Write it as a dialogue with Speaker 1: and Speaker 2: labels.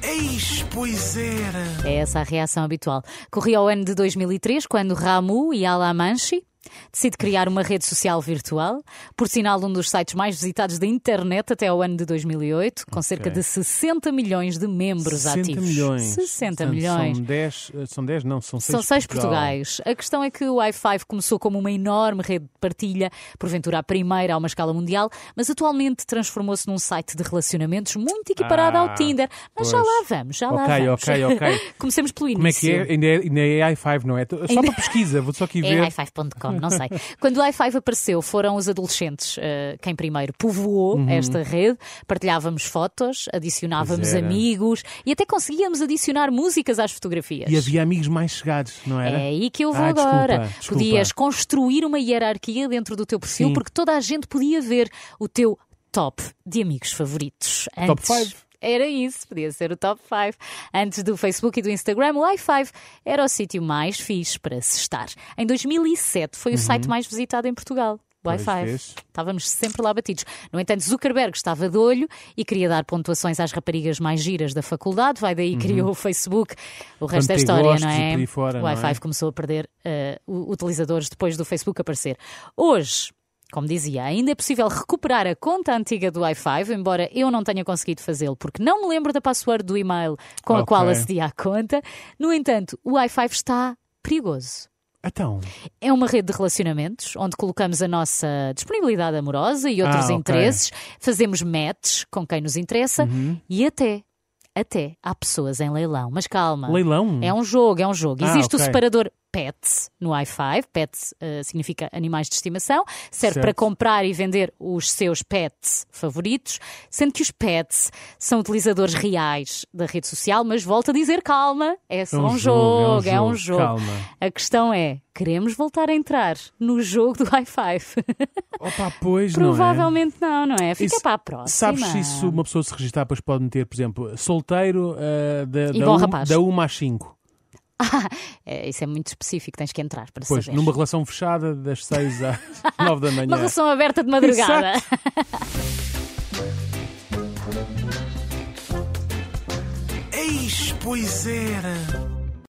Speaker 1: Pois, pois era.
Speaker 2: É essa a reação habitual. Corria o ano de 2003, quando Ramu e Alamanchi decide criar uma rede social virtual, por sinal um dos sites mais visitados da internet até ao ano de 2008, com cerca de 60 milhões de membros
Speaker 3: 60
Speaker 2: ativos.
Speaker 3: milhões.
Speaker 2: 60
Speaker 3: Portanto,
Speaker 2: milhões.
Speaker 3: São 10, eh, são 10 não, são 6
Speaker 2: São seis Portugais. A questão é que o i5 começou como uma enorme rede de partilha, porventura a primeira a uma escala mundial, mas atualmente transformou-se num site de relacionamentos muito equiparado
Speaker 3: Ah,
Speaker 2: ao Tinder. Mas já
Speaker 3: pois.
Speaker 2: lá vamos, já lá
Speaker 3: Ok,
Speaker 2: vamos.
Speaker 3: ok, ok.
Speaker 2: Comecemos pelo início.
Speaker 3: Como é que é? Ainda é, ainda é i5, não é? Só
Speaker 2: Ainda-
Speaker 3: uma pesquisa, vou só aqui
Speaker 2: É
Speaker 3: ver.
Speaker 2: i5.com, não sei. Quando o i5 apareceu, foram os adolescentes eh, quem primeiro povoou
Speaker 3: Uhum.
Speaker 2: esta rede. Partilhávamos fotos, adicionávamos
Speaker 3: Pois era.
Speaker 2: amigos e até conseguíamos adicionar músicas às fotografias.
Speaker 3: E havia amigos mais chegados, não era?
Speaker 2: É aí que eu vou
Speaker 3: Ah, desculpa,
Speaker 2: agora.
Speaker 3: desculpa.
Speaker 2: Podias construir uma hierarquia dentro do teu perfil
Speaker 3: Sim.
Speaker 2: porque toda a gente podia ver o teu top de amigos favoritos. Antes,
Speaker 3: five?
Speaker 2: Era isso, podia ser o top 5. Antes do Facebook e do Instagram, o i5 era o sítio mais fixe para se estar. Em 2007 foi o site mais visitado em Portugal. O
Speaker 3: Uhum. Pois
Speaker 2: i5.
Speaker 3: vês.
Speaker 2: Estávamos sempre lá batidos. No entanto, Zuckerberg estava de olho e queria dar pontuações às raparigas mais giras da faculdade. Vai daí criou o Facebook. O resto da
Speaker 3: ter
Speaker 2: história,
Speaker 3: gostos
Speaker 2: não
Speaker 3: Uhum. e por
Speaker 2: é?
Speaker 3: aí fora,
Speaker 2: o
Speaker 3: não é?
Speaker 2: i5 começou a perder eh, u- utilizadores depois do Facebook aparecer. Hoje. Como dizia, ainda é possível recuperar a conta antiga do i5, embora eu não tenha conseguido fazê-lo, porque não me lembro da password do e-mail com a
Speaker 3: Ok.
Speaker 2: qual acedia à conta. No entanto, o i5 está perigoso.
Speaker 3: Então,
Speaker 2: É uma rede de relacionamentos onde colocamos a nossa disponibilidade amorosa e outros
Speaker 3: Ah, ok.
Speaker 2: interesses, fazemos matches com quem nos interessa
Speaker 3: Uhum.
Speaker 2: e até, até há pessoas em leilão. Mas calma.
Speaker 3: leilão?
Speaker 2: É um jogo, é um jogo.
Speaker 3: Uhum. Ah,
Speaker 2: Existe o
Speaker 3: ok.
Speaker 2: separador pets no i5. Pets eh, significa animais de estimação. Serve
Speaker 3: Certo.
Speaker 2: para comprar e vender os seus pets favoritos, sendo que os pets são utilizadores reais da rede social, mas volto a dizer, calma, é só
Speaker 3: É um
Speaker 2: um,
Speaker 3: jogo,
Speaker 2: jogo, é um jogo.
Speaker 3: Calma.
Speaker 2: A questão é, queremos voltar a entrar no jogo do i5?
Speaker 3: Opa, pois não é?
Speaker 2: Provavelmente não, não é? Fica
Speaker 3: Isso-
Speaker 2: para a próxima.
Speaker 3: Sabes se isso uma pessoa se registrar, depois pode meter, por exemplo, solteiro eh, da,
Speaker 2: E
Speaker 3: da,
Speaker 2: bom
Speaker 3: um-
Speaker 2: rapaz.
Speaker 3: da 1 às 5.
Speaker 2: É, isso é muito específico, tens que entrar para
Speaker 3: Pois,
Speaker 2: saber.
Speaker 3: numa relação fechada das 6 às 9 da manhã.
Speaker 2: Uma relação aberta de madrugada.
Speaker 1: Eis, pois era.